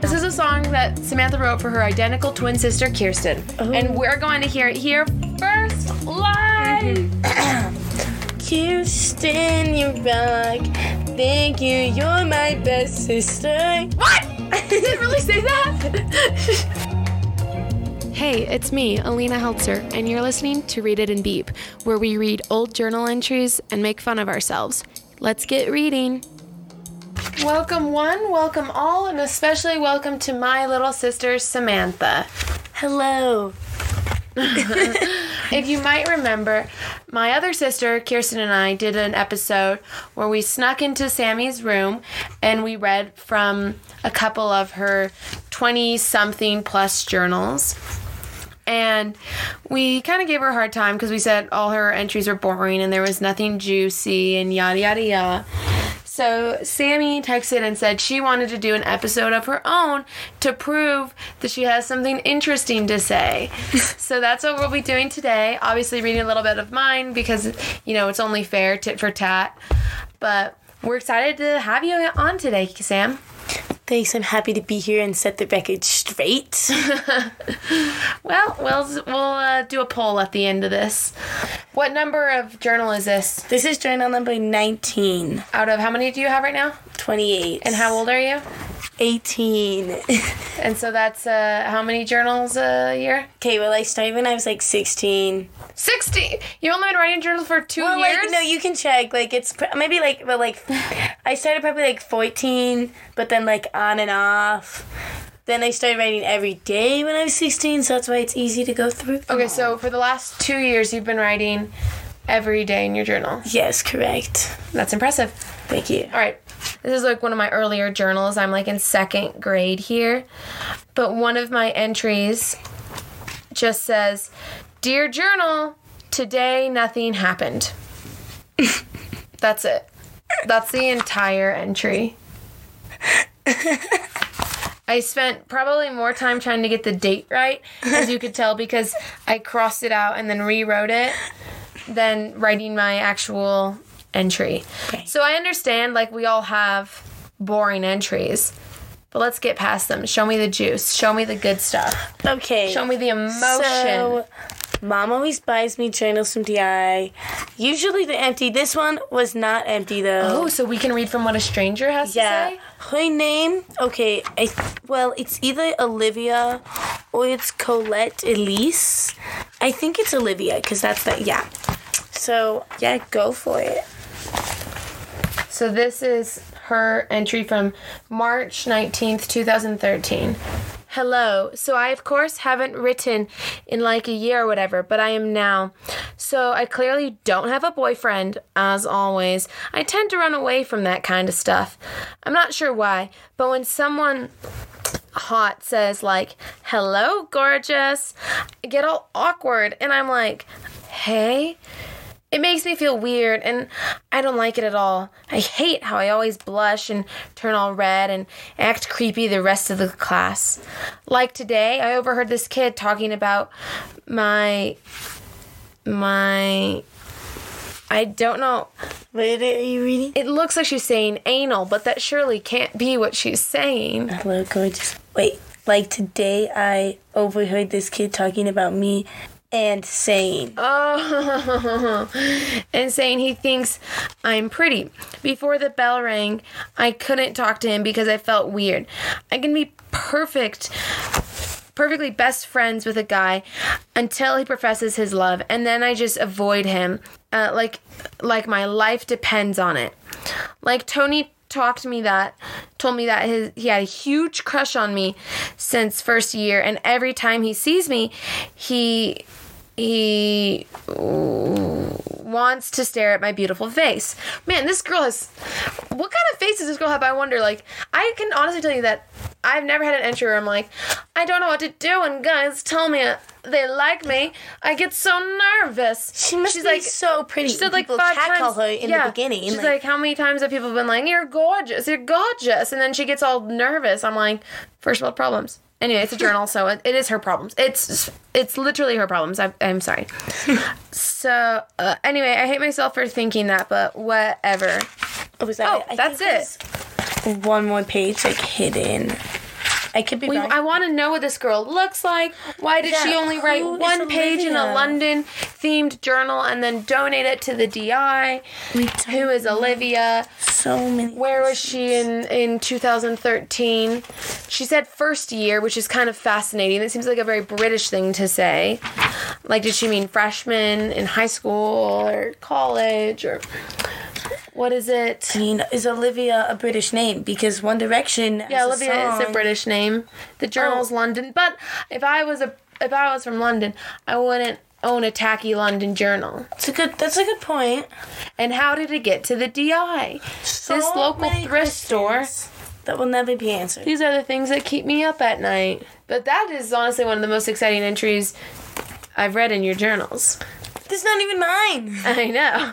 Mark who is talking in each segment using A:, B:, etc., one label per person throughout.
A: This is a song that Samantha wrote for her identical twin sister Kirsten, and we're going to hear it here first live.
B: Kirsten, you rock. Thank you, you're my best sister.
A: What? Did it really say that? Hey, it's me, Alina Heltzer, and you're listening to Read It and Beep, where we read old journal entries and make fun of ourselves. Let's get reading. Welcome, one, welcome all, and especially welcome to my little sister, Samantha.
B: Hello.
A: If you might remember, my other sister, Kirsten, and I did an episode where we snuck into Sammy's room and we read from a couple of her 20 something plus journals. And we kind of gave her a hard time because we said all her entries were boring and there was nothing juicy and yada yada yada. So Sammy texted and said she wanted to do an episode of her own to prove that she has something interesting to say. so that's what we'll be doing today. Obviously, reading a little bit of mine because you know it's only fair tit for tat. But we're excited to have you on today, Sam.
B: Thanks, I'm happy to be here and set the record straight.
A: Well, we'll we'll uh, do a poll at the end of this. What number of journal is this?
B: this is journal number 19,
A: Out of how many do you have right now?
B: 28.
A: And how old are you?
B: 18.
A: And so that's uh, how many journals a year?
B: okay, well, I started when I was like 16.
A: 60. You've only been writing journals for two
B: Well,
A: years?
B: Oh, like, no, you can check. Like, it's pr- maybe like, well, like, I started probably like 14, but then like on and off. Then I started writing every day when I was 16, so that's why it's easy to go through. them
A: okay,
B: all.
A: so for the last two years, you've been writing every day in your journal.
B: Yes, correct.
A: That's impressive.
B: Thank you.
A: All right. This is like one of my earlier journals. I'm like in second grade here. But one of my entries just says, Dear journal, today nothing happened. That's it. That's the entire entry. I spent probably more time trying to get the date right, as you could tell, because I crossed it out and then rewrote it than writing my actual entry. So I understand, like, we all have boring entries, but let's get past them. Show me the juice. Show me the good stuff.
B: Okay.
A: Show me the emotion.
B: So, mom always buys me journals from DI. Usually they're empty. This one was not empty though.
A: oh, so we can read from what a stranger has to
B: yeah.
A: say?
B: Her name, okay, I, well, it's either Olivia or it's Colette Elise. I think it's Olivia because that's the, yeah. So, yeah, go for it.
A: So this is her entry from March 19th, 2013. Hello. So I, of course, haven't written in like a year or whatever, but I am now. So I clearly don't have a boyfriend, as always. I tend to run away from that kind of stuff. I'm not sure why, but when someone hot says like hello gorgeous I get all awkward and i'm like hey it makes me feel weird and i don't like it at all i hate how i always blush and turn all red and act creepy the rest of the class like today i overheard this kid talking about my my i don't know
B: What are you reading?
A: it looks like she's saying anal but that surely can't be what she's saying
B: Hello, gorgeous. Wait, like today I overheard this kid talking about me and saying,
A: Oh, and saying he thinks I'm pretty. Before the bell rang, I couldn't talk to him because I felt weird. I can be perfect, perfectly best friends with a guy until he professes his love, and then I just avoid him, uh, like, like my life depends on it. Like Tony talked me that told me that his he had a huge crush on me since first year and every time he sees me he he wants to stare at my beautiful face. Man, this girl has. What kind of face does this girl have? I wonder. Like, I can honestly tell you that I've never had an entry where I'm like, I don't know what to do, and guys tell me they like me. I get so nervous.
B: She must
A: She's
B: be
A: like
B: so pretty.
A: she said like
B: People
A: five
B: catcall
A: times.
B: her in
A: yeah.
B: the beginning.
A: She's like,
B: like,
A: how many times have people been like, "You're gorgeous, you're gorgeous," and then she gets all nervous. I'm like, first of all, problems. Anyway, it's a journal, so it, it is her problems. It's it's literally her problems. I, I'm sorry. so uh, anyway, I hate myself for thinking that, but whatever.
B: oh, was
A: Oh,
B: that
A: that's it.
B: it. One more page, like hidden. I could be
A: We,
B: wrong.
A: I want to know what this girl looks like. Why did
B: Yeah,
A: she only
B: who
A: write
B: is
A: one page in a
B: Olivia?
A: London themed journal and then donate it to the DI?
B: We
A: Who is Olivia?
B: so many.
A: Where was she in in 2013? She said first year, which is kind of fascinating. That seems like a very British thing to say. Like, did she mean freshman in high school or college or what is it?
B: Teen- Is Olivia a British name? Because One Direction.
A: Yeah,
B: has
A: Olivia
B: a
A: is a
B: song- Oh.
A: British name. The journal's London, but if I was a if I was from London, I wouldn't own a tacky London journal.
B: It's a good. That's a good point.
A: And how did it get to the DI?
B: So
A: this local
B: many
A: thrift store.
B: questions That will never be answered.
A: These are the things that keep me up at night. But that is honestly one of the most exciting entries I've read in your journals.
B: This is not even mine.
A: I know.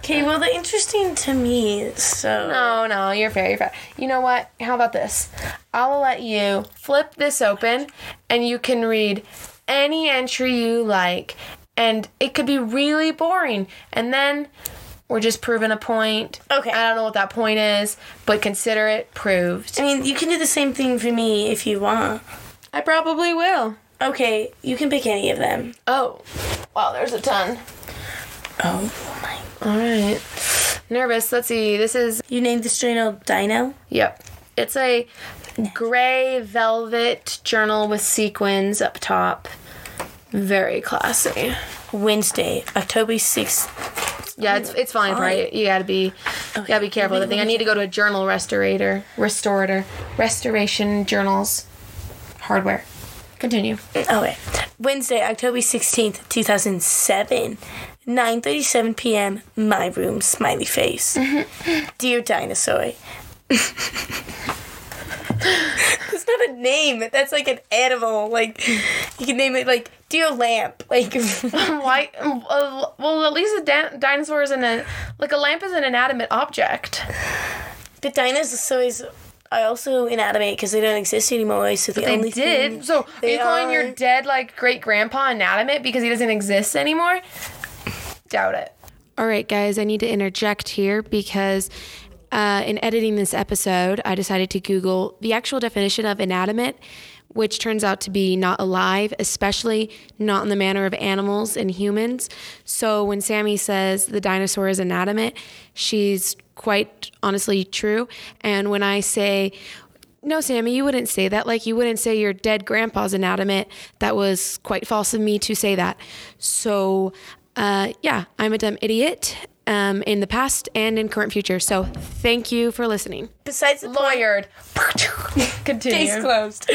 B: Okay, well, they're interesting to me, so.
A: no, Oh, no, you're fair, you're fair. You know what? How about this? I will let you flip this open and you can read any entry you like. And it could be really boring. And then we're just proving a point.
B: Okay.
A: I don't know what that point is, but consider it proved.
B: I mean, you can do the same thing for me if you want.
A: I probably will.
B: Okay, you can pick any of them.
A: Oh, wow, there's a ton.
B: Oh my.
A: All right. Nervous. Let's see. This is,
B: You named this journal Dino?
A: yep. It's a gray velvet journal with sequins up top. Very classy.
B: Wednesday, October 6th.
A: Yeah, it's it's fine, right? You gotta be, you gotta be careful. with the thing I need to go to a journal restorator, restorator, restoration journals, hardware. Continue.
B: Okay. Wednesday, October 16th, 2007. 9:37 p.m. My room, smiley face.
A: Mm-hmm.
B: Dear dinosaur. That's not a name. That's like an animal. Like you can name it like dear lamp. Like
A: Why? Uh, well, at least a da- dinosaur is an a, like a lamp is an inanimate object.
B: But dinosaurs are also inanimate because they don't exist anymore. So the
A: They
B: only
A: did.
B: thing
A: so are
B: they
A: you calling
B: are-
A: your dead like great grandpa inanimate because he doesn't exist anymore? Doubt it.
C: All right, guys, I need to interject here because uh, in editing this episode, I decided to Google the actual definition of inanimate, which turns out to be not alive, especially not in the manner of animals and humans. So when Sammy says the dinosaur is inanimate, she's quite honestly true. And when I say, no, Sammy, you wouldn't say that. Like, you wouldn't say your dead grandpa's inanimate. That was quite false of me to say that. So, uh, yeah, I'm a dumb idiot um, in the past and in current future. So, thank you for listening.
B: Besides the point-
A: Lawyered. Continue.
B: Case closed.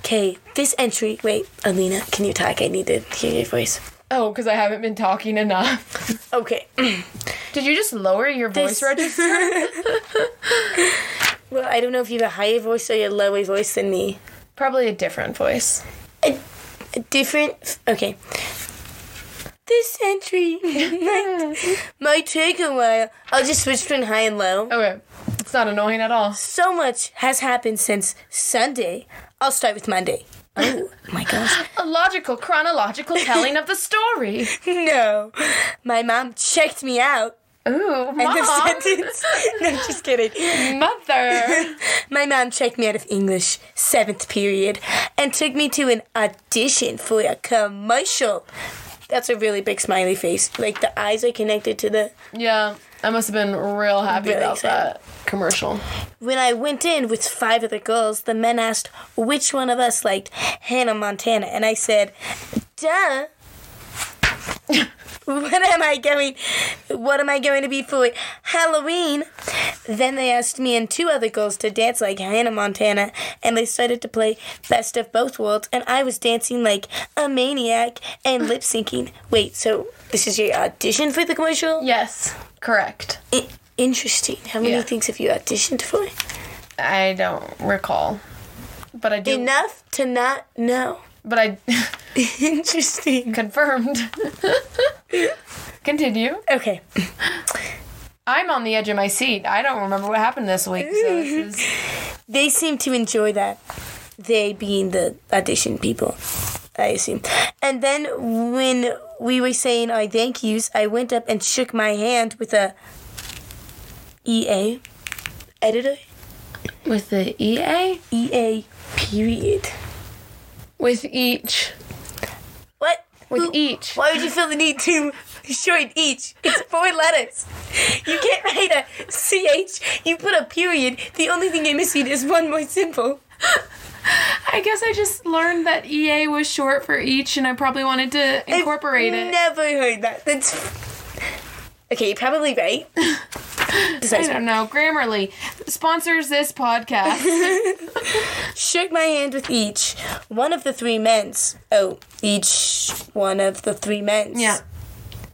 B: Okay, this entry. Wait, Alina, can you talk? I need to hear your voice.
A: Oh, because I haven't been talking enough.
B: Okay.
A: Did you just lower your voice
B: This-
A: register?
B: Well, I don't know if you have a higher voice or a lower voice than me.
A: Probably a different voice.
B: A, a different. Okay. This entry. might take a while. I'll just switch between high and low.
A: Okay. It's not annoying at all.
B: So much has happened since Sunday. I'll start with Monday. Oh my gosh.
A: A logical, chronological telling of the story.
B: No. My mom checked me out.
A: Ooh,
B: End of
A: mom,
B: sentence. No, just kidding.
A: mother.
B: My mom checked me out of English, seventh period, and took me to an audition for a commercial. That's a really big smiley face. Like the eyes are connected to the.
A: Yeah, I must have been real happy
B: Really
A: about
B: excited.
A: that commercial.
B: When I went in with five other girls, the men asked which one of us liked Hannah Montana, and I said, duh. What am I going? What am I going to be for Halloween? Then they asked me and two other girls to dance like Hannah Montana, and they started to play Best of Both Worlds, and I was dancing like a maniac and lip syncing. Wait, so this is your audition for the commercial?
A: Yes, correct.
B: I- interesting. How many
A: Yeah.
B: things have you auditioned for?
A: I don't recall, but I do.
B: Enough to not know.
A: but I
B: Interesting.
A: confirmed. Continue.
B: Okay.
A: I'm on the edge of my seat. I don't remember what happened this week. So this is,
B: They seem to enjoy that. They being the audition people, I assume. And then when we were saying our thank yous, I went up and shook my hand with a EA editor.
A: with the E EA,
B: EA period.
D: With each.
B: What?
D: With
B: Who-
D: each.
B: Why would you feel the need to short each? It's four letters. You can't write a CH. You put a period. The only thing you're missing is one more symbol.
A: I guess I just learned that EA was short for each, and I probably wanted to incorporate
B: I've
A: it.
B: Never heard that. That's. Okay, you're probably right.
A: I
B: Besides,
A: don't know. Grammarly sponsors this podcast.
B: shook my hand with each one of the three men's. Oh, each one of the three men's.
A: yeah.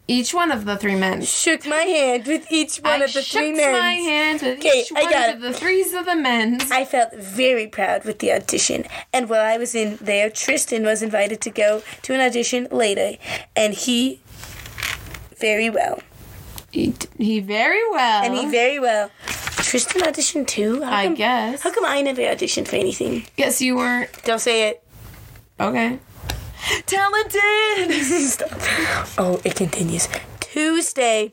A: Each one of the three men.
B: Shook my hand with each one
A: I
B: of the
A: shook
B: three men's.
A: my hand with
B: Okay,
A: each
B: I
A: one
B: got
A: of the threes of the men's.
B: I felt very proud with the audition, and while I was in there, Tristan was invited to go to an audition later, and he very well.
A: He, he very well.
B: And he very well. Tristan auditioned too? How
A: I
B: come,
A: guess.
B: How come I never auditioned for anything?
A: Guess you weren't.
B: Don't say it.
A: Okay. Talented.
B: Stop. Oh, it continues. Tuesday,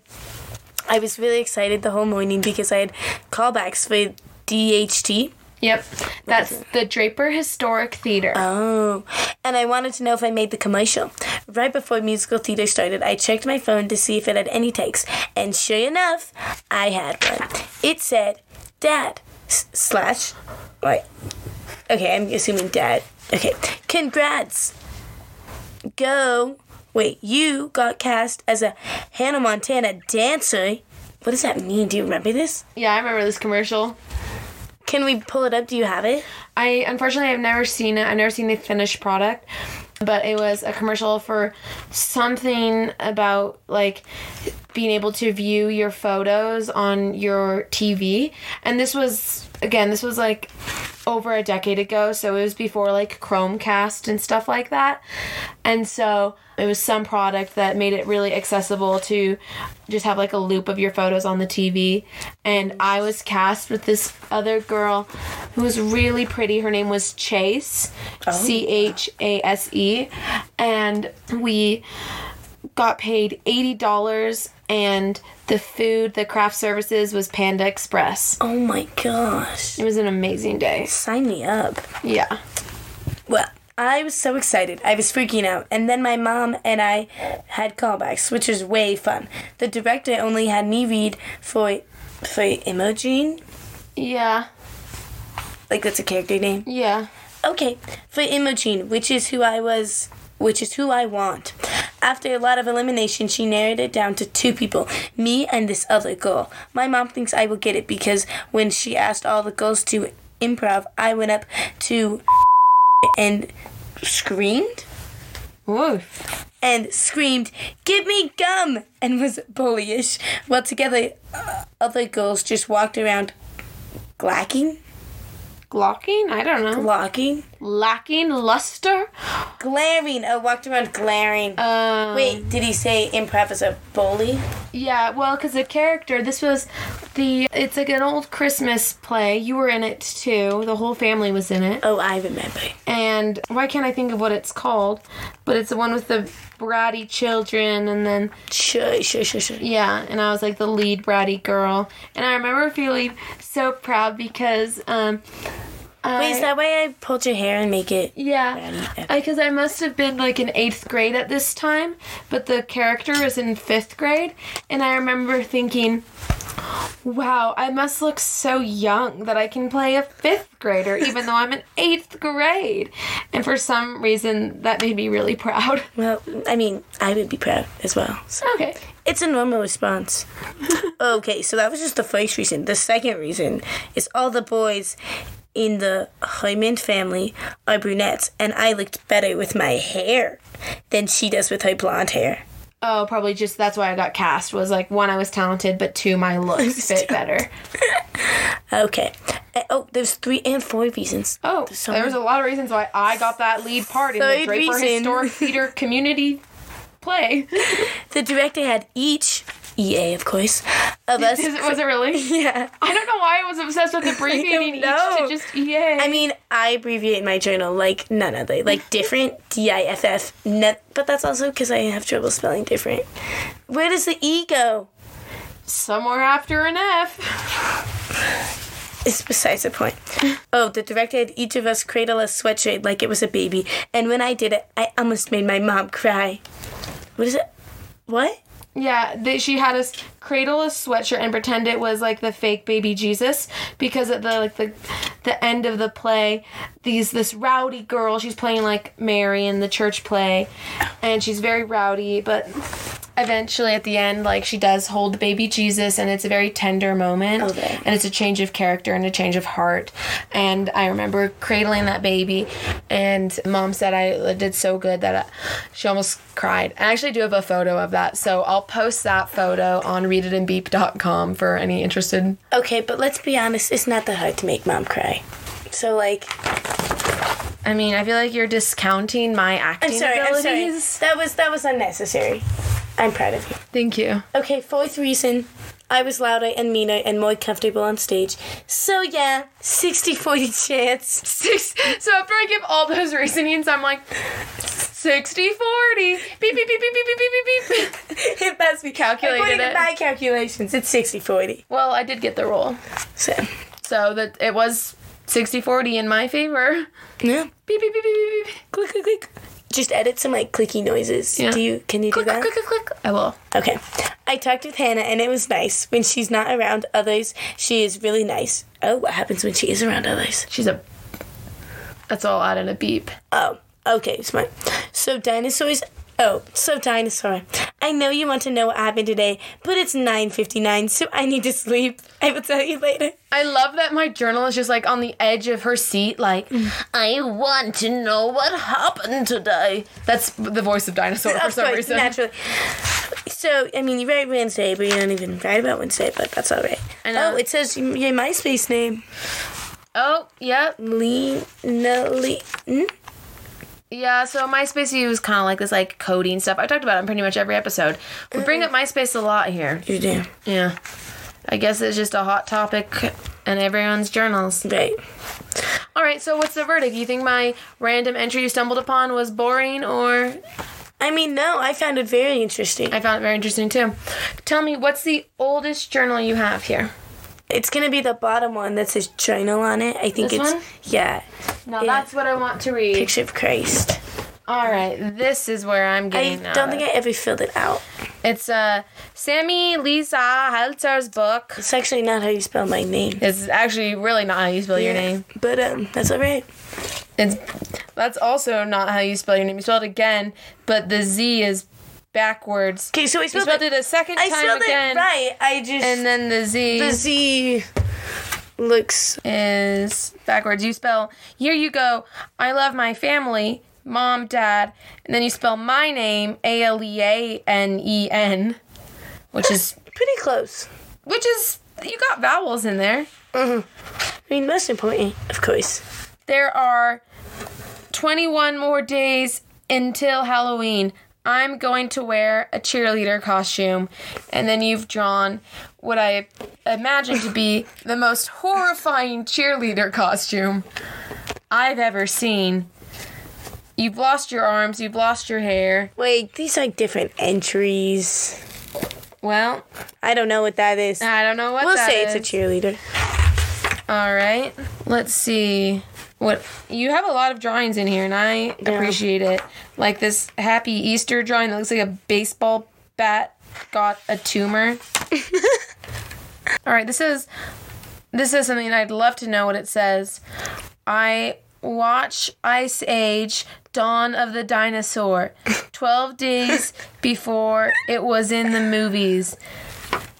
B: I was really excited the whole morning because I had callbacks for DHT.
A: Yep. That's the Draper Historic Theater.
B: Oh, and I wanted to know if I made the commercial. Right before musical theater started, I checked my phone to see if it had any takes, and sure enough, I had one. It said, "Dad s- slash, wait, okay, I'm assuming dad. Okay, congrats. Go, wait, you got cast as a Hannah Montana dancer. What does that mean? Do you remember this?
A: yeah, I remember this commercial.
B: Can we pull it up? Do you have it?
A: I unfortunately have never seen it. I've never seen the finished product, but it was a commercial for something about like being able to view your photos on your TV. And this was again, this was like over a decade ago, so it was before like Chromecast and stuff like that. And so it was some product that made it really accessible to just have like a loop of your photos on the TV. And I was cast with this other girl who was really pretty. Her name was Chase, C H A S E. And we got paid $80 and the food, the craft services was Panda Express.
B: Oh my gosh!
A: It was an amazing day.
B: Sign me up.
A: Yeah.
B: Well, I was so excited. I was freaking out. And then my mom and I had callbacks, which was way fun. The director only had me read for for Imogene.
A: Yeah.
B: Like that's a character name.
A: Yeah.
B: Okay, for Imogene, which is who I was, which is who I want. After a lot of elimination, she narrowed it down to two people, me and this other girl. My mom thinks I will get it because when she asked all the girls to improv, I went up to and screamed.
A: Woof.
B: and screamed, Give me gum! and was bullyish. While together, uh, other girls just walked around glacking,
A: Glocking? I don't know.
B: glocking,
A: Lacking luster?
B: glaring. Oh, walked around glaring.
A: Um,
B: Wait, did he say improv is a bully?
A: Yeah, well, because the character, this was the, it's like an old Christmas play. You were in it too. The whole family was in it.
B: Oh, I remember.
A: And why can't I think of what it's called? But it's the one with the bratty children and then
B: Sure, sure, sure, sure.
A: Yeah, and I was like the lead bratty girl, and I remember feeling so proud because um,
B: Wait, is
A: I,
B: that why I pulled your hair and make it?
A: yeah, because I must have been like in eighth grade at this time, but the character was in fifth grade, and I remember thinking, "Wow, I must look so young that I can play a fifth grader, even though I'm in eighth grade," and for some reason that made me really proud.
B: Well, I mean, I would be proud as well. So
A: Okay,
B: it's a normal response. okay, so that was just the first reason. The second reason is all the boys in the Hyman family are brunettes, and I looked better with my hair than she does with her blonde hair.
A: Oh, probably just that's why I got cast was like one I was talented, but two my looks fit better.
B: Okay. Uh, oh, there's three and four reasons.
A: Oh,
B: some-
A: there was a lot of reasons why I got that lead part in the
B: Third
A: Draper
B: reason.
A: Historic Theater community play.
B: The director had each, EA of course, of us.
A: Is it, was it really?
B: yeah.
A: I don't know why I was obsessed with abbreviating each to
B: know.
A: just EA.
B: I mean, I abbreviate my journal like none other, like different, D I F F. no- But that's also because I have trouble spelling different. Where does the E go?
A: Somewhere after an F.
B: It's besides the point. Oh, the director had each of us cradle a sweatshirt like it was a baby, and when I did it, I almost made my mom cry. What is it? What?
A: Yeah, they, she had us cradle a sweatshirt and pretend it was like the fake baby Jesus because at the like the the end of the play, these this rowdy girl she's playing like Mary in the church play, and she's very rowdy. But eventually, at the end, like she does hold the baby Jesus, and it's a very tender moment,
B: Okay.
A: and it's a change of character and a change of heart. And I remember cradling that baby, and mom said I did so good that I, she almost cried. I actually do have a photo of that, so I'll post that photo on readitandbeep.com for any interested.
B: Okay, but let's be honest, it's not that hard to make mom cry. So like,
A: I mean, I feel like you're discounting my acting
B: I'm sorry, I'm
A: abilities.
B: sorry. That was that was unnecessary. I'm proud of you.
A: Thank you.
B: Okay, fourth reason. I was louder and meaner and more comfortable on stage. So yeah, 60-40 chance.
A: Six. So after I give all those reasonings, I'm like. 60 40 beep beep beep beep beep beep beep beep beep
B: it must be
A: Calculated
B: According to
A: it.
B: my calculations, it's 60-40.
A: well i did get the role
B: So,
A: so that it was 60 40 in my favor
B: yeah.
A: beep beep beep beep beep, beep
B: Click, click, click. Just edit some like clicky noises.
A: Yeah.
B: Do you can you do
A: click
B: that?
A: click click click i will
B: Okay. I talked with Hannah and it was nice. When she's not around others, she is really nice. Oh, what happens when she is around others?
A: she's a that's all out in a beep
B: Oh, okay, smart. So dinosaurs. Oh, so dinosaur. I know you want to know what happened today, but it's 9:59, so I need to sleep. I will tell you later.
A: I love that my journal is just like on the edge of her seat, like, I want to know what happened today. That's the voice of Dinosaur for
B: Of
A: some
B: course,
A: reason.
B: naturally. So, I mean, you write Wednesday, but you don't even write about Wednesday, but that's all right.
A: I know.
B: Oh, it says your your MySpace name.
A: Oh, yep.
B: Lena Lee. Hmm?
A: Yeah, so MySpace was kind of like this, like, coding stuff. I talked about it in pretty much every episode. We bring up MySpace a lot here.
B: You do.
A: Yeah. I guess it's just a hot topic in everyone's journals.
B: Right.
A: All right, so what's the verdict? You think my random entry you stumbled upon was boring or
B: I mean, no, I found it very interesting.
A: I found it very interesting too? Tell me, what's the oldest journal you have here?
B: It's gonna be the bottom one that says journal on it. I think
A: This
B: it's
A: one?
B: yeah,
A: Now
B: Yeah.
A: that's what I want to read.
B: picture of Christ.
A: All right, this is where I'm
B: I
A: getting.
B: don't think I ever filled it out.
A: it's uh, Sammy Lisa Halter's book.
B: It's actually not how you spell my name.
A: It's actually really not how you spell your name.
B: But um, that's all right.
A: It's that's also not how you spell your name. You spell it again, but the Z is backwards.
B: Okay, so I
A: You
B: spelled,
A: spelled
B: it.
A: it a second
B: I
A: time
B: spelled
A: again,
B: it right. I just
A: and then the Z
B: the Z looks.
A: is backwards. You spell here. You go. I love my family, mom, dad, and then you spell my name A L E A N E N, which is
B: Pretty close.
A: which is you got vowels in there.
B: I mean, most important, of course.
A: There are 21 more days until Halloween. I'm going to wear a cheerleader costume. And then you've drawn what I imagine to be the most horrifying cheerleader costume I've ever seen. You've lost your arms, you've lost your hair.
B: Wait, these are different entries.
A: Well,
B: I don't know what that is.
A: I don't know what
B: we'll
A: that
B: say
A: is.
B: it's a cheerleader.
A: All right. Let's see. What you have a lot of drawings in here, and I appreciate it. Like this happy Easter drawing that looks like a baseball bat got a tumor. All right. This is this is something I'd love to know what it says. I watch Ice Age: Dawn of the Dinosaur, twelve days before it was in the movies.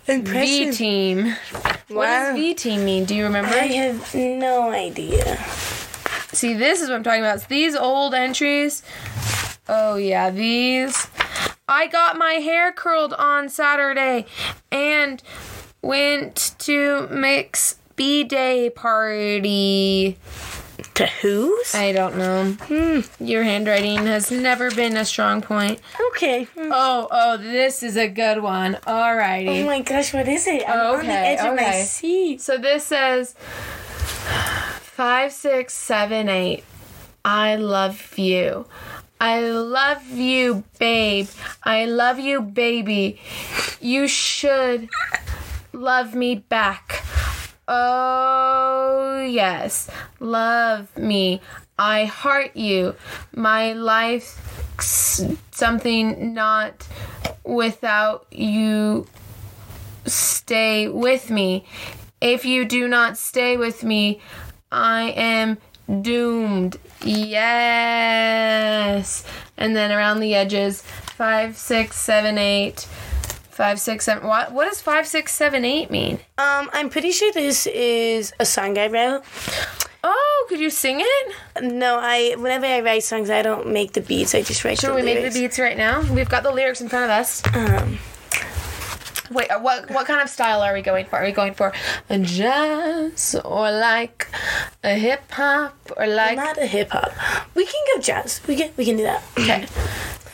A: V
B: Impressive.
A: Team. What
B: Wow.
A: does V Team mean? Do you remember?
B: I have no idea.
A: See, this is what I'm talking about. It's these old entries. Oh, yeah, these. I got my hair curled on Saturday and went to Mix B Day party.
B: To whose?
A: I don't know. Your handwriting has never been a strong point.
B: Okay.
A: Oh, oh, this is a good one.
B: Oh
A: Alrighty.
B: my gosh, what is it? I'm on the
A: Oh, Okay,
B: edge of my
A: okay.
B: seat.
A: So this says five, six, seven, eight. I love you. I love you, babe. I love you, baby. You should love me back. Oh, yes. Love me. I heart you. My life s- something not without you stay with me. If you do not stay with me, I am doomed. Yes. And then around the edges, five, six, seven, eight. Five, six, seven. What, what does five, six, seven, eight mean?
B: Um, I'm pretty sure this is a song I wrote.
A: Oh, could you sing it?
B: No, I whenever I write songs, I don't make the beats. I just write.
A: Should
B: the
A: we make the
B: lyrics.
A: beats right now? We've got the lyrics in front of us.
B: Um,
A: Wait, uh, what what kind of style are we going for? Are we going for a jazz or like a hip hop or like
B: not a hip hop. We can go jazz. We can we can do that.
A: okay.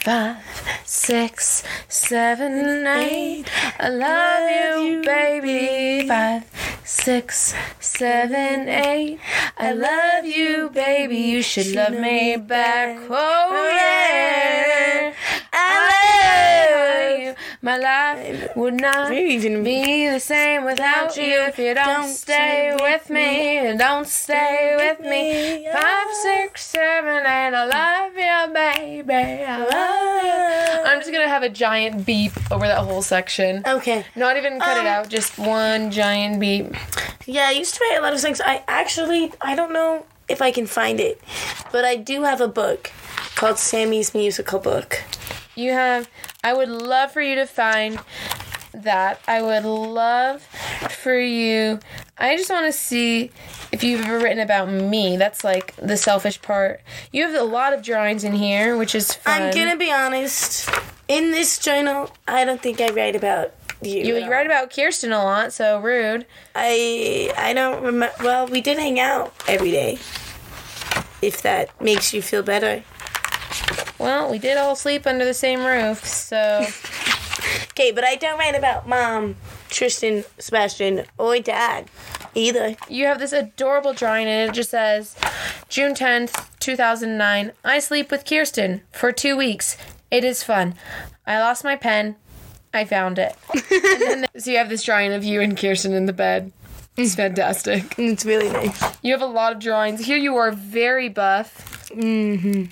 A: five, six, seven, eight? I love you, baby. Five, six, seven, eight. I love you, baby. You should love me back. Oh yeah. I love you. My life would not
B: Maybe even
A: be the same without you if you don't stay with me. and Don't stay with me. Five, six, seven, eight. I love you, baby. I love you.
B: Ah.
A: I'm just gonna have a giant beep over that whole section.
B: Okay.
A: Not even cut it out, just one giant beep.
B: Yeah, I used to write a lot of songs. I actually I don't know if I can find it, but I do have a book called Sammy's Musical Book.
A: You have. I would love for you to find that. I would love for you. I just want to see if you've ever written about me. That's like the selfish part. You have a lot of drawings in here, which is fun.
B: I'm gonna be honest. In this journal, I don't think I write about you.
A: You,
B: at
A: you
B: all.
A: write about Kirsten a lot, so rude.
B: I I don't remember. Well, we did hang out every day. If that makes you feel better.
A: Well, we did all sleep under the same roof, so
B: Okay, but I don't write about mom, Tristan, Sebastian, or dad either.
A: you have this adorable drawing, and it just says June 10th, 2009. I sleep with Kirsten for two weeks. It is fun. I lost my pen. I found it. And then- so you have this drawing of you and Kirsten in the bed. It's fantastic.
B: It's really nice.
A: You have a lot of drawings. Here you are, very buff. Mm-hmm.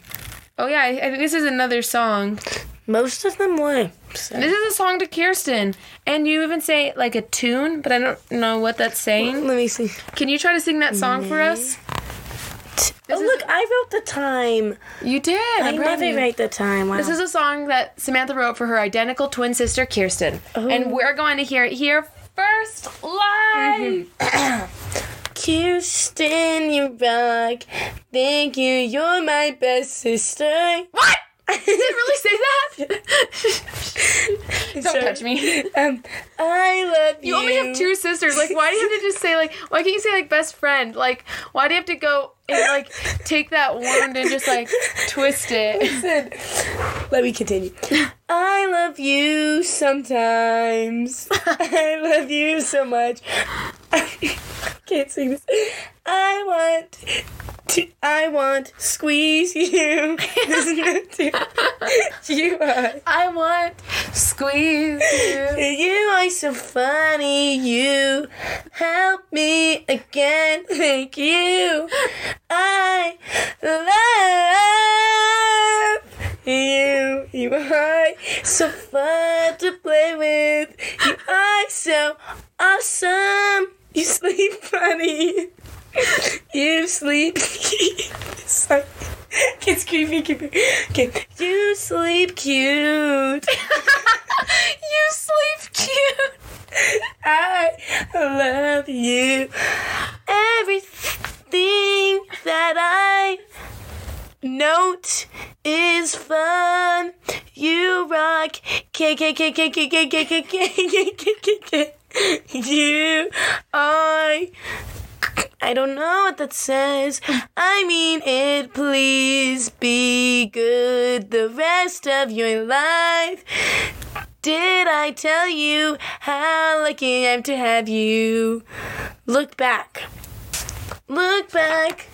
A: Oh, yeah, I, I think this is another song.
B: Most of them were. So.
A: This is a song to Kirsten. And you even say like a tune, but I don't know what that's saying.
B: Let me see.
A: Can you try to sing that song for us?
B: oh, look, I wrote the time.
A: You did.
B: I
A: I'm proud of
B: never
A: you.
B: write the time. Wow.
A: This is a song that Samantha wrote for her identical twin sister Kirsten, and we're going to hear it here first live.
B: Kirsten, you rock. Thank you, you're my best sister.
A: What? Did it really say that? Don't touch me.
B: Um, I love you.
A: You only have two sisters. Like, why do you have to just say like? Why can't you say like best friend? Like, why do you have to go and like take that word and just like twist it?
B: Listen, let me continue. I love you sometimes. I love you so much. I can't sing this. I want to, I want squeeze you. Listen to you are.
A: I want squeeze you.
B: You are so funny. You help me again. Thank you. I love you. You are so fun to play with. You are so awesome. You sleep funny. You sleep. Sorry. It's creepy, creepy. Okay. You sleep cute.
A: You sleep cute.
B: I love you. Everything that I note is fun. You rock. K K K K K K K K K K K K K. You are. I don't know what that says. I mean it. Please be good the rest of your life. Did I tell you how lucky I am to have you? Look back. Look back.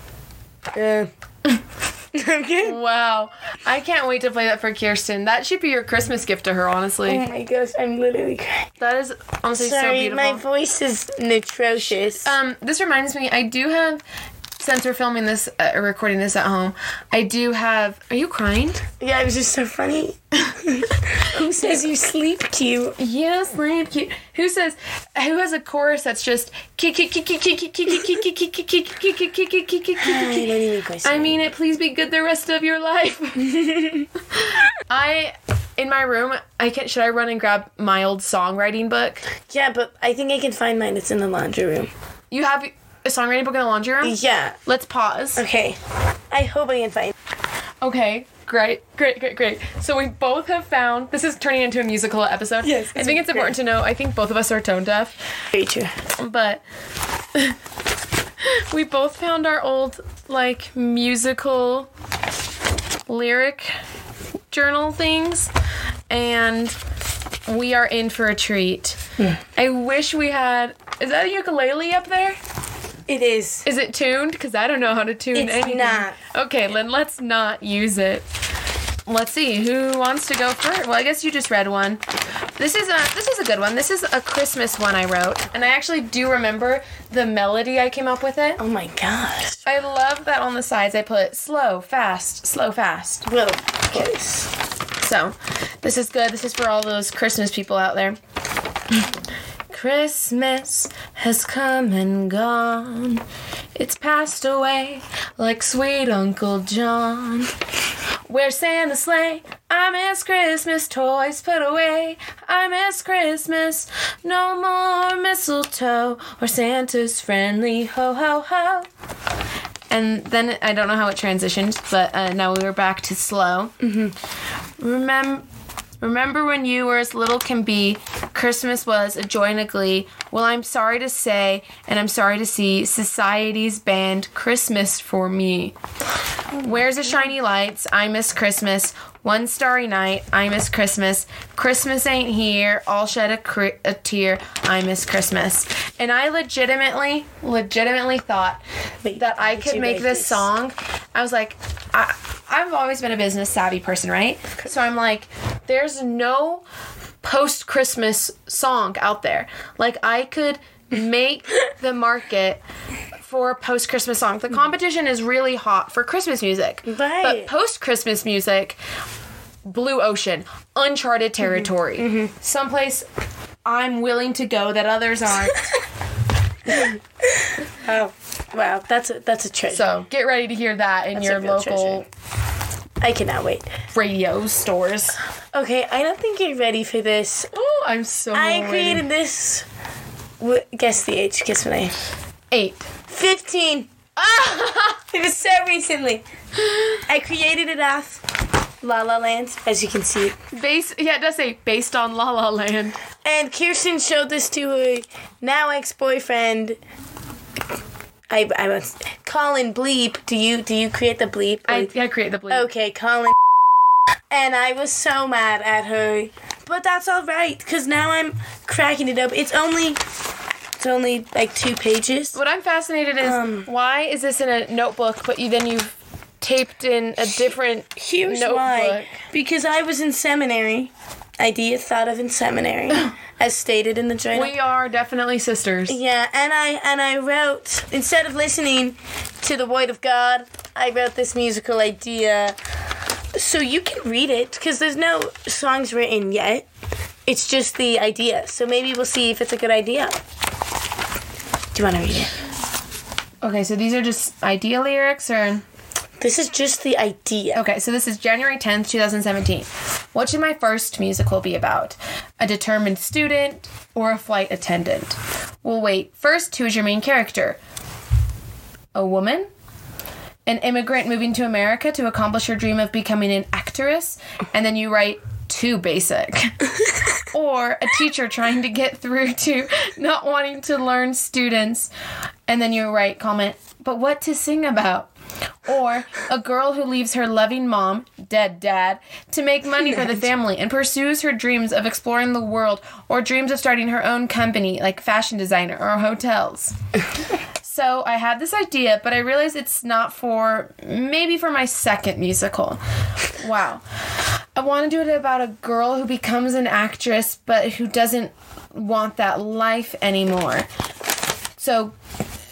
B: Uh, okay.
A: Wow. I can't wait to play that for Kirsten. That should be your Christmas gift to her, honestly.
B: Oh my gosh, I'm literally crying.
A: That is honestly so
B: Sorry,
A: beautiful.
B: my voice is atrocious.
A: um, this reminds me, I do have, since we're filming this, uh, or recording this at home, I do have. Are you crying?
B: yeah, it was just so funny. Who says you sleep cute?
A: You sleep cute. Who says? Who has a chorus that's just kick kick kick kick kick kick kick kick kick kick kick kick kick kick kick kick kick kick
B: I
A: kick
B: don't even question.
A: I mean it. Please be good the rest of your life. I, in my room, I can. Should I run and grab my old songwriting book?
B: yeah, but I think I can find mine. It's in the laundry room.
A: You have a songwriting book in the laundry room.
B: Yeah.
A: Let's pause.
B: Okay. I hope I can find.
A: Okay, great, great, great, great. So we both have found this is turning into a musical episode.
B: Yes,
A: I think it's important to know. I think both of us are tone deaf.
B: Very true.
A: but we both found our old like musical lyric journal things and we are in for a treat. I wish we had is that a ukulele up there?
B: It is.
A: Is it tuned? Cuz I don't know how to tune
B: It's
A: anything.
B: not.
A: Okay, Lynn, let's not use it. Let's see who wants to go first. Well, I guess you just read one. This is a this is a good one. This is a Christmas one I wrote, and I actually do remember the melody I came up with it.
B: Oh my gosh.
A: I love that on the sides I put slow, fast, slow, fast.
B: Well, yes.
A: So, this is good. This is for all those Christmas people out there. Christmas has come and gone. It's passed away like sweet Uncle John. Where Santa's sleigh? I miss Christmas. Toys put away. I miss Christmas. No more mistletoe or Santa's friendly ho ho ho. And then I don't know how it transitioned, but uh, now we were back to slow. Mm-hmm. Remember. Remember when you were as little can be? Christmas was a joy and a glee. Well, I'm sorry to say, and I'm sorry to see, society's banned Christmas for me. Where's the shiny lights? I miss Christmas. One starry night. I miss Christmas. Christmas ain't here. All shed a, cri- a tear. I miss Christmas. And I legitimately, legitimately thought
B: Wait,
A: that I
B: did
A: could
B: you
A: make
B: write
A: this,
B: this?
A: song. I was like, I, I've always been a business savvy person, right? So I'm like, there's no post Christmas song out there. Like I could make the market for a post Christmas song. The competition is really hot for Christmas music.
B: Right.
A: But post Christmas music, blue ocean, uncharted
B: Mm-hmm.
A: territory. Someplace I'm willing to go that others aren't.
B: Oh, wow. That's a that's a treasure.
A: so get ready to hear that in
B: That's a
A: your
B: real
A: local
B: I cannot wait.
A: radio stores.
B: Okay, I don't think you're ready for this.
A: Oh, I'm so
B: I
A: ready.
B: created this. W- guess the age. Guess my age.
A: eight.
B: Fifteen. it was so recently. I created it off La La Land, as you can see.
A: Base yeah, it does say based on La La Land.
B: And Kirsten showed this to her now ex-boyfriend. I, I was Colin Bleep. Do you do you create the bleep?
A: I, I create the blue.
B: Okay, Colin. And I was so mad at her. But that's all right, because now I'm cracking it up. It's only, it's only like two pages.
A: What I'm fascinated is
B: Um,
A: why is this in a notebook, but you then you've taped in a different.
B: Here's
A: Notebook.
B: why. Because I was in seminary. Idea thought of in seminary, as stated in the journal.
A: We are definitely sisters.
B: yeah, and I and I wrote instead of listening to the word of God, I wrote this musical idea. So you can read it because there's no songs written yet. It's just the idea. So maybe we'll see if it's a good idea. Do you want to read it?
A: Okay, so these are just idea lyrics, or
B: This is just the idea.
A: okay, so this is January 10th, 2017. What should my first musical be about? A determined student or a flight attendant? Well, wait. First, who is your main character? A woman. An immigrant moving to America to accomplish her dream of becoming an actress, and then you write too basic. or a teacher trying to get through to not wanting to learn students. And then you write comment, but what to sing about? Or a girl who leaves her loving mom, dead dad, to make money for the family and pursues her dreams of exploring the world or dreams of starting her own company like fashion designer or hotels. so I had this idea, but I realized it's not for maybe for my second musical. Wow. I want to do it about a girl who becomes an actress but who doesn't want that life anymore. So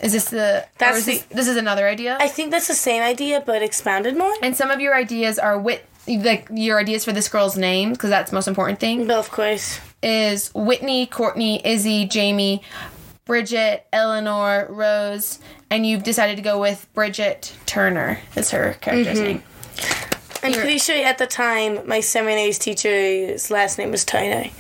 A: is this the
B: That's
A: or is this,
B: the-
A: this is another idea?
B: I think that's the same idea, but expounded more.
A: and some of your ideas are wit like your ideas for this girl's name because that's the most important thing
B: But of course,
A: is Whitney, Courtney, Izzy, Jamie, Bridget, Eleanor, Rose, and you've decided to go with Bridget Turner is her character's name.
B: I'm pretty sure at the time my seminary's teacher's last name was Tiny.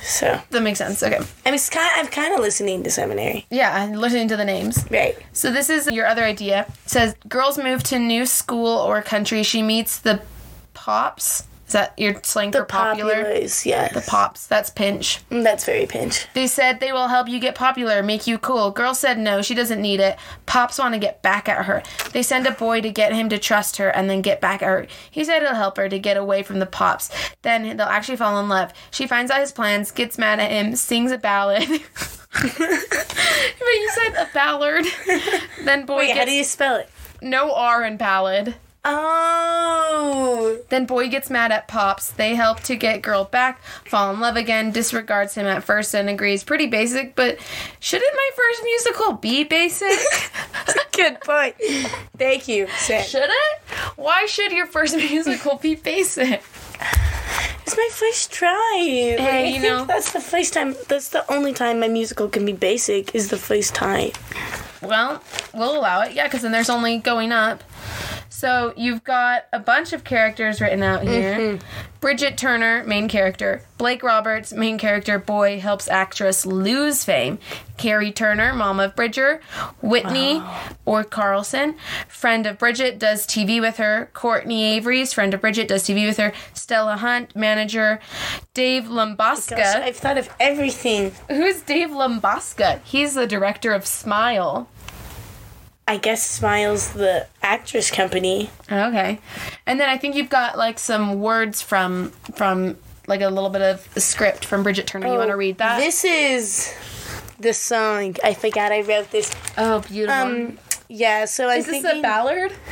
B: So
A: That makes sense. Okay.
B: I mean, it's kind I'm kind of listening to seminary,
A: Yeah, I'm listening to the names.
B: right?
A: So this is your other idea. It says girls move to new school or country. She meets the pops. Is that your slang
B: The
A: for popular?
B: populars, yes.
A: The pops. That's pinch.
B: Mm, That's very pinch.
A: They said they will help you get popular, make you cool. Girl said no, she doesn't need it. Pops want to get back at her. They send a boy to get him to trust her and then get back at her. He said he'll help her to get away from the Pops. Then they'll actually fall in love. She finds out his plans, gets mad at him, sings a ballad. but you said a ballad. then boy
B: Wait, how
A: gets
B: do you spell it?
A: no R in ballad.
B: Oh,
A: Then boy gets mad at Pops. They help to get girl back, fall in love again, disregards him at first and agrees. Pretty basic, but shouldn't my first musical be basic?
B: good point. Thank you, Sam.
A: should it? Why should your first musical be basic?
B: It's my first try.
A: Hey, you know.
B: that's the first time. That's the only time my musical can be basic. Is the first time.
A: Well, we'll allow it. Yeah, because then there's only going up. So you've got a bunch of characters written out here. Bridget Turner, main character. Blake Roberts, main character. Boy helps actress lose fame. Carrie Turner, mom of Bridger. Whitney or Carlson, friend of Bridget, does TV with her. Courtney Avery's friend of Bridget does TV with her. Stella Hunt, manager. Dave Lombosca.
B: Gosh, I've thought of everything.
A: Who's Dave Lombosca? He's the director of Smile.
B: I guess Smiles, the actress company.
A: Okay. And then I think you've got like some words from from like a little bit of script from Bridget Turner. you want to read that?
B: Oh, This is the song. I forgot I wrote this.
A: oh, beautiful.
B: Um, yeah. So I'm
A: is this
B: thinking.
A: a ballad?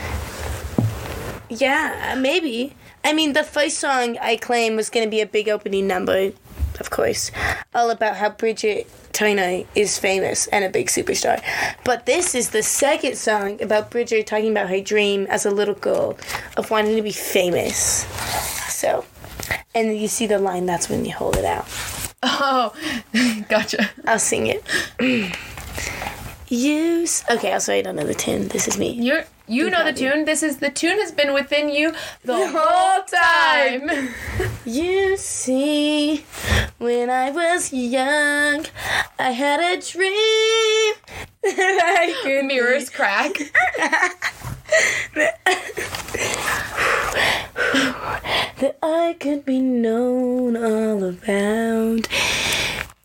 B: Yeah, uh, maybe. I mean, the first song I claim was going to be a big opening number, of course, all about how Bridget Turner is famous and a big superstar. But this is the second song about Bridget talking about her dream as a little girl of wanting to be famous. So, and you see the line, that's when you hold it out.
A: Oh, gotcha.
B: I'll sing it. Use. Okay, I'll sorry, I don't know the tune. This is me.
A: You're you know the tune. This is the tune has been within you the whole time.
B: You see, when I was young, I had a dream that I could
A: Mirrors crack.
B: that I could be known all around.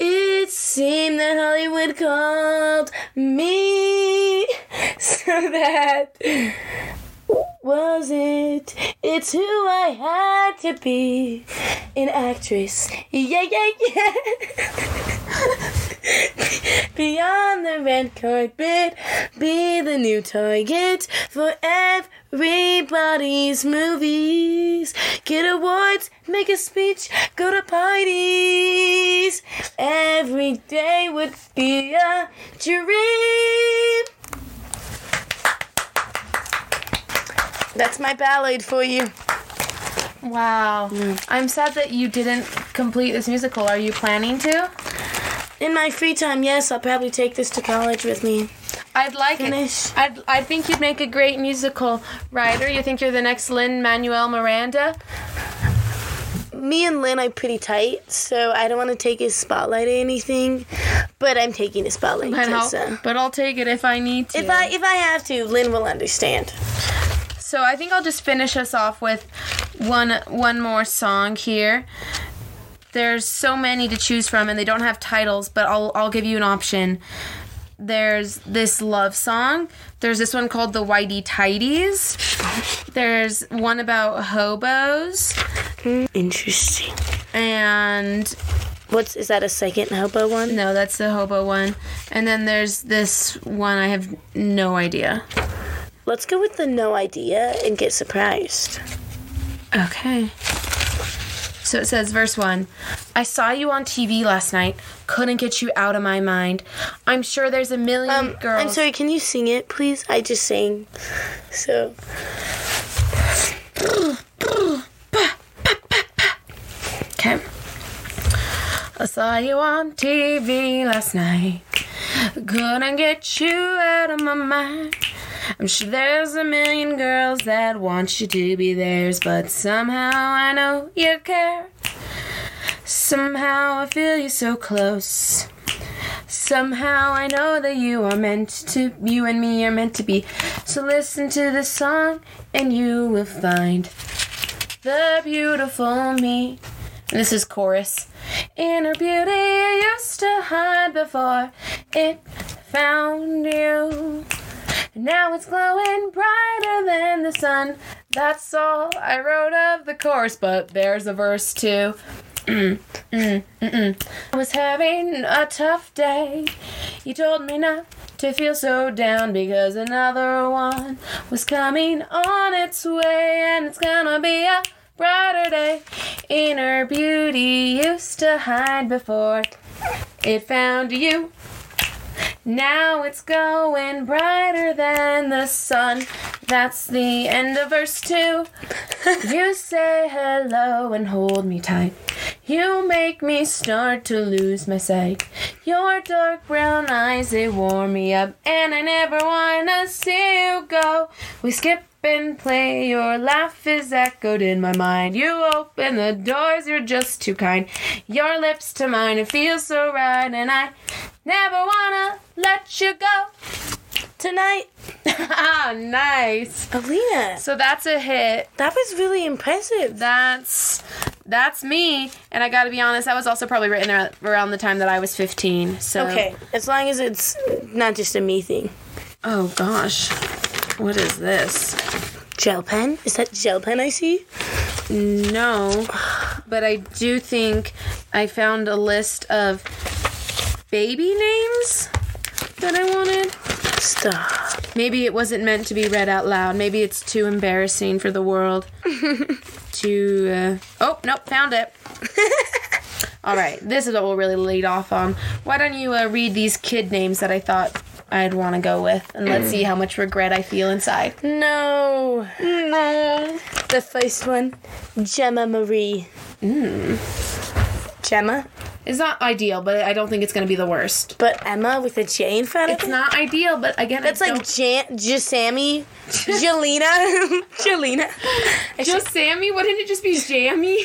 B: It seemed that Hollywood called me so that was it? It's who I had to be an actress. Yeah, yeah, yeah. Beyond the red carpet, be the new target for everybody's movies. Get awards, make a speech, go to parties. Every day would be a dream. That's my ballad for you.
A: Wow.
B: Mm.
A: I'm sad that you didn't complete this musical. Are you planning to?
B: In my free time, yes, I'll probably take this to college with me.
A: I'd like
B: Finish.
A: it. I'd, I think you'd make a great musical writer. You think you're the next Lynn Manuel Miranda?
B: Me and Lynn are pretty tight, so I don't want to take his spotlight or anything, but I'm taking his spotlight.
A: I know,
B: just, uh,
A: but I'll take it if I need to.
B: if I if I have to, Lynn will understand.
A: so I think I'll just finish us off with one one more song here. There's so many to choose from, and they don't have titles, but I'll I'll give you an option. There's this love song. There's this one called the Whitey Tidies. There's one about hobos.
B: Interesting.
A: and
B: What's is that a second hobo one?
A: No, that's the hobo one. And then there's this one I have no idea.
B: Let's go with the no idea and get surprised.
A: Okay. So it says, verse 1 I saw you on TV last night. Couldn't get you out of my mind. I'm sure there's a million
B: Um,
A: girls.
B: I'm sorry. Can you sing it, please? I just sang. So
A: Okay. I saw you on TV last night. Couldn't get you out of my mind. I'm sure there's a million girls that want you to be theirs, but somehow I know you care. Somehow I feel you so close. Somehow I know that you are meant to, you and me are meant to be. So listen to this song and you will find the beautiful me. And this is chorus. Inner beauty I used to hide before it found you. Now it's glowing brighter than the sun. That's all I wrote of the chorus, but there's a verse too. I was having a tough day. You told me not to feel so down because another one was coming on its way, and it's gonna be a brighter day. Inner beauty used to hide before it found you. Now it's going brighter than the sun. That's the end of verse two. You say hello and hold me tight. You make me start to lose my sight. Your dark brown eyes, they warm me up, and I never wanna see you go. We skip and play, your laugh is echoed in my mind. You open the doors, you're just too kind. Your lips to mine, it feels so right, and I never wanna let you go.
B: tonight,
A: ah, nice.
B: Alina,
A: So that's a hit.
B: that was really impressive.
A: That's that's me. And I got to be honest, that was also probably written ar- around the time that I was 15. So
B: Okay, as long as it's not just a me thing.
A: Oh gosh. What is this?
B: Gel pen? Is that gel pen I see?
A: No. But I do think I found a list of baby names that I wanted.
B: Stop.
A: Maybe it wasn't meant to be read out loud. Maybe it's too embarrassing for the world to. Uh... Oh, nope, found it. All right, this is what we'll really lead off on. Why don't you uh, read these kid names that I thought I'd want to go with, and let's see how much regret I feel inside.
B: No. No. The first one, Gemma Marie.
A: Hmm.
B: Mm. Gemma,
A: It's not ideal, but I don't think it's going to be the worst.
B: but Emma with a J in front of
A: It's
B: it.
A: not ideal, but again,
B: That's like Jan, Jasami, Jelena, Jelena. I should-
A: just Sammy. Wouldn't it just be Jammy?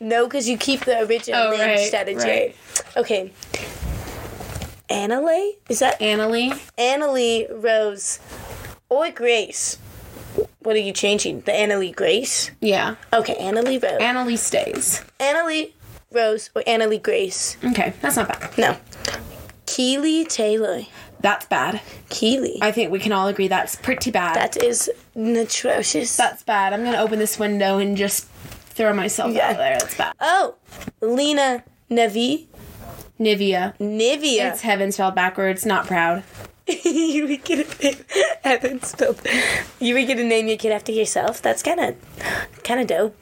B: No, because you keep the original
A: Oh,
B: name
A: right,
B: instead of J.
A: right.
B: Okay. Annalee? Is that
A: Annalie.
B: Annalie Rose or Grace? What are you changing? The Annalie Grace?
A: Yeah,
B: Okay, Annalie Rose.
A: Annalie stays.
B: Annalie Rose or Annalie Grace?
A: Okay, that's not bad.
B: No. Keely Taylor.
A: That's bad.
B: Keely.
A: I think we can all agree that's pretty bad.
B: That is atrocious.
A: That's bad. I'm gonna open this window and just throw myself
B: Yeah.
A: out there. That's bad.
B: oh, Lena Navi.
A: Nivea.
B: Nivea.
A: It's heaven spelled backwards. Not proud.
B: you would get a name. Evan spelled. You would get a name your kid after yourself. That's kind of, kind of dope.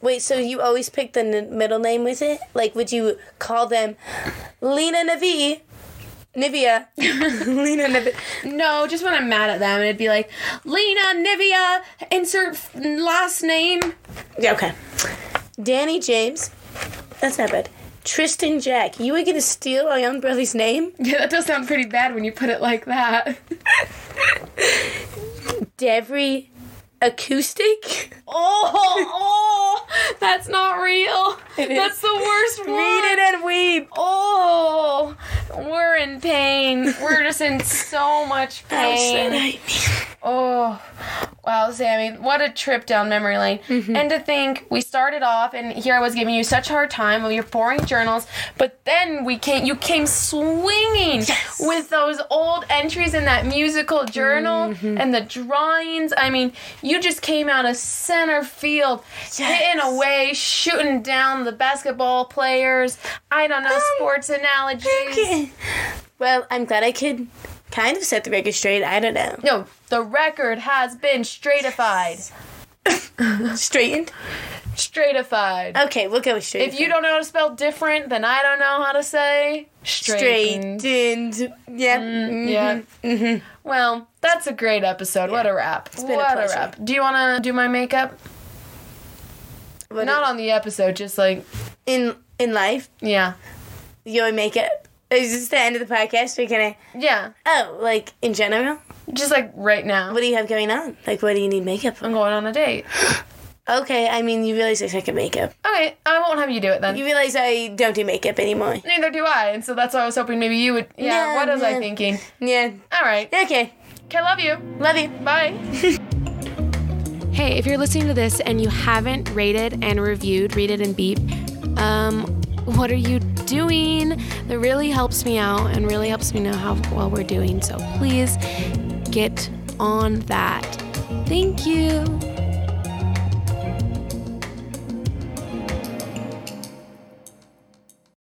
B: Wait, so you always pick the n- middle name with it? Like, would you call them Lena Navi, Nivea, Lena Navi?
A: No, just when I'm mad at them, it'd be like Lena Nivea. Insert f- last name.
B: Yeah, okay. Danny James. That's not bad. Tristan Jack. You were gonna steal our young brother's name?
A: Yeah, that does sound pretty bad when you put it like that.
B: Devry Acoustic?
A: Oh, oh, that's not real. that's the worst one.
B: Read it and weep.
A: Oh, we're in pain. We're just in so much
B: How
A: pain.
B: should I-
A: Oh, Wow, Sammy, what a trip down memory lane. And to think we started off and here I was giving you such a hard time with your boring journals, but then we came you came swinging with those old entries in that musical journal and the drawings. I mean, you just came out of center field, hitting away, shooting down the basketball players. I don't know sports analogies.
B: Well, I'm glad I could kind of set the record straight. I don't know.
A: No, the record has been stratified.
B: Straightened?
A: Stratified.
B: Okay, we'll go with straight.
A: If you don't know how to spell different, then I don't know how to say straightened. Mm,
B: straightened. Yeah. Mm-hmm.
A: Yeah. Well, that's a great episode. What a wrap.
B: been a
A: what
B: pleasure.
A: wrap. Do you want to do my makeup?
B: But
A: Not on the episode, just like,
B: in in life,
A: yeah.
B: your makeup. Is this the end of the podcast? We're gonna
A: Yeah.
B: oh, like in general.
A: Just like right now.
B: What do you have going on? Like, what do you need makeup for?
A: I'm going on a date.
B: Okay, I mean, you realize I suck at makeup.
A: Okay, I won't have you do it then.
B: You realize I don't do makeup anymore.
A: Neither do I, and so that's why I was hoping maybe you would. Yeah,
B: No,
A: what was I
B: no.
A: thinking?
B: Yeah.
A: All right.
B: Okay.
A: Okay, love you.
B: Love you.
A: Bye.
C: Hey, if you're listening to this and you haven't rated and reviewed Read It and Beep, um, what are you doing? That really helps me out and really helps me know how well we're doing. So please get on that. Thank you.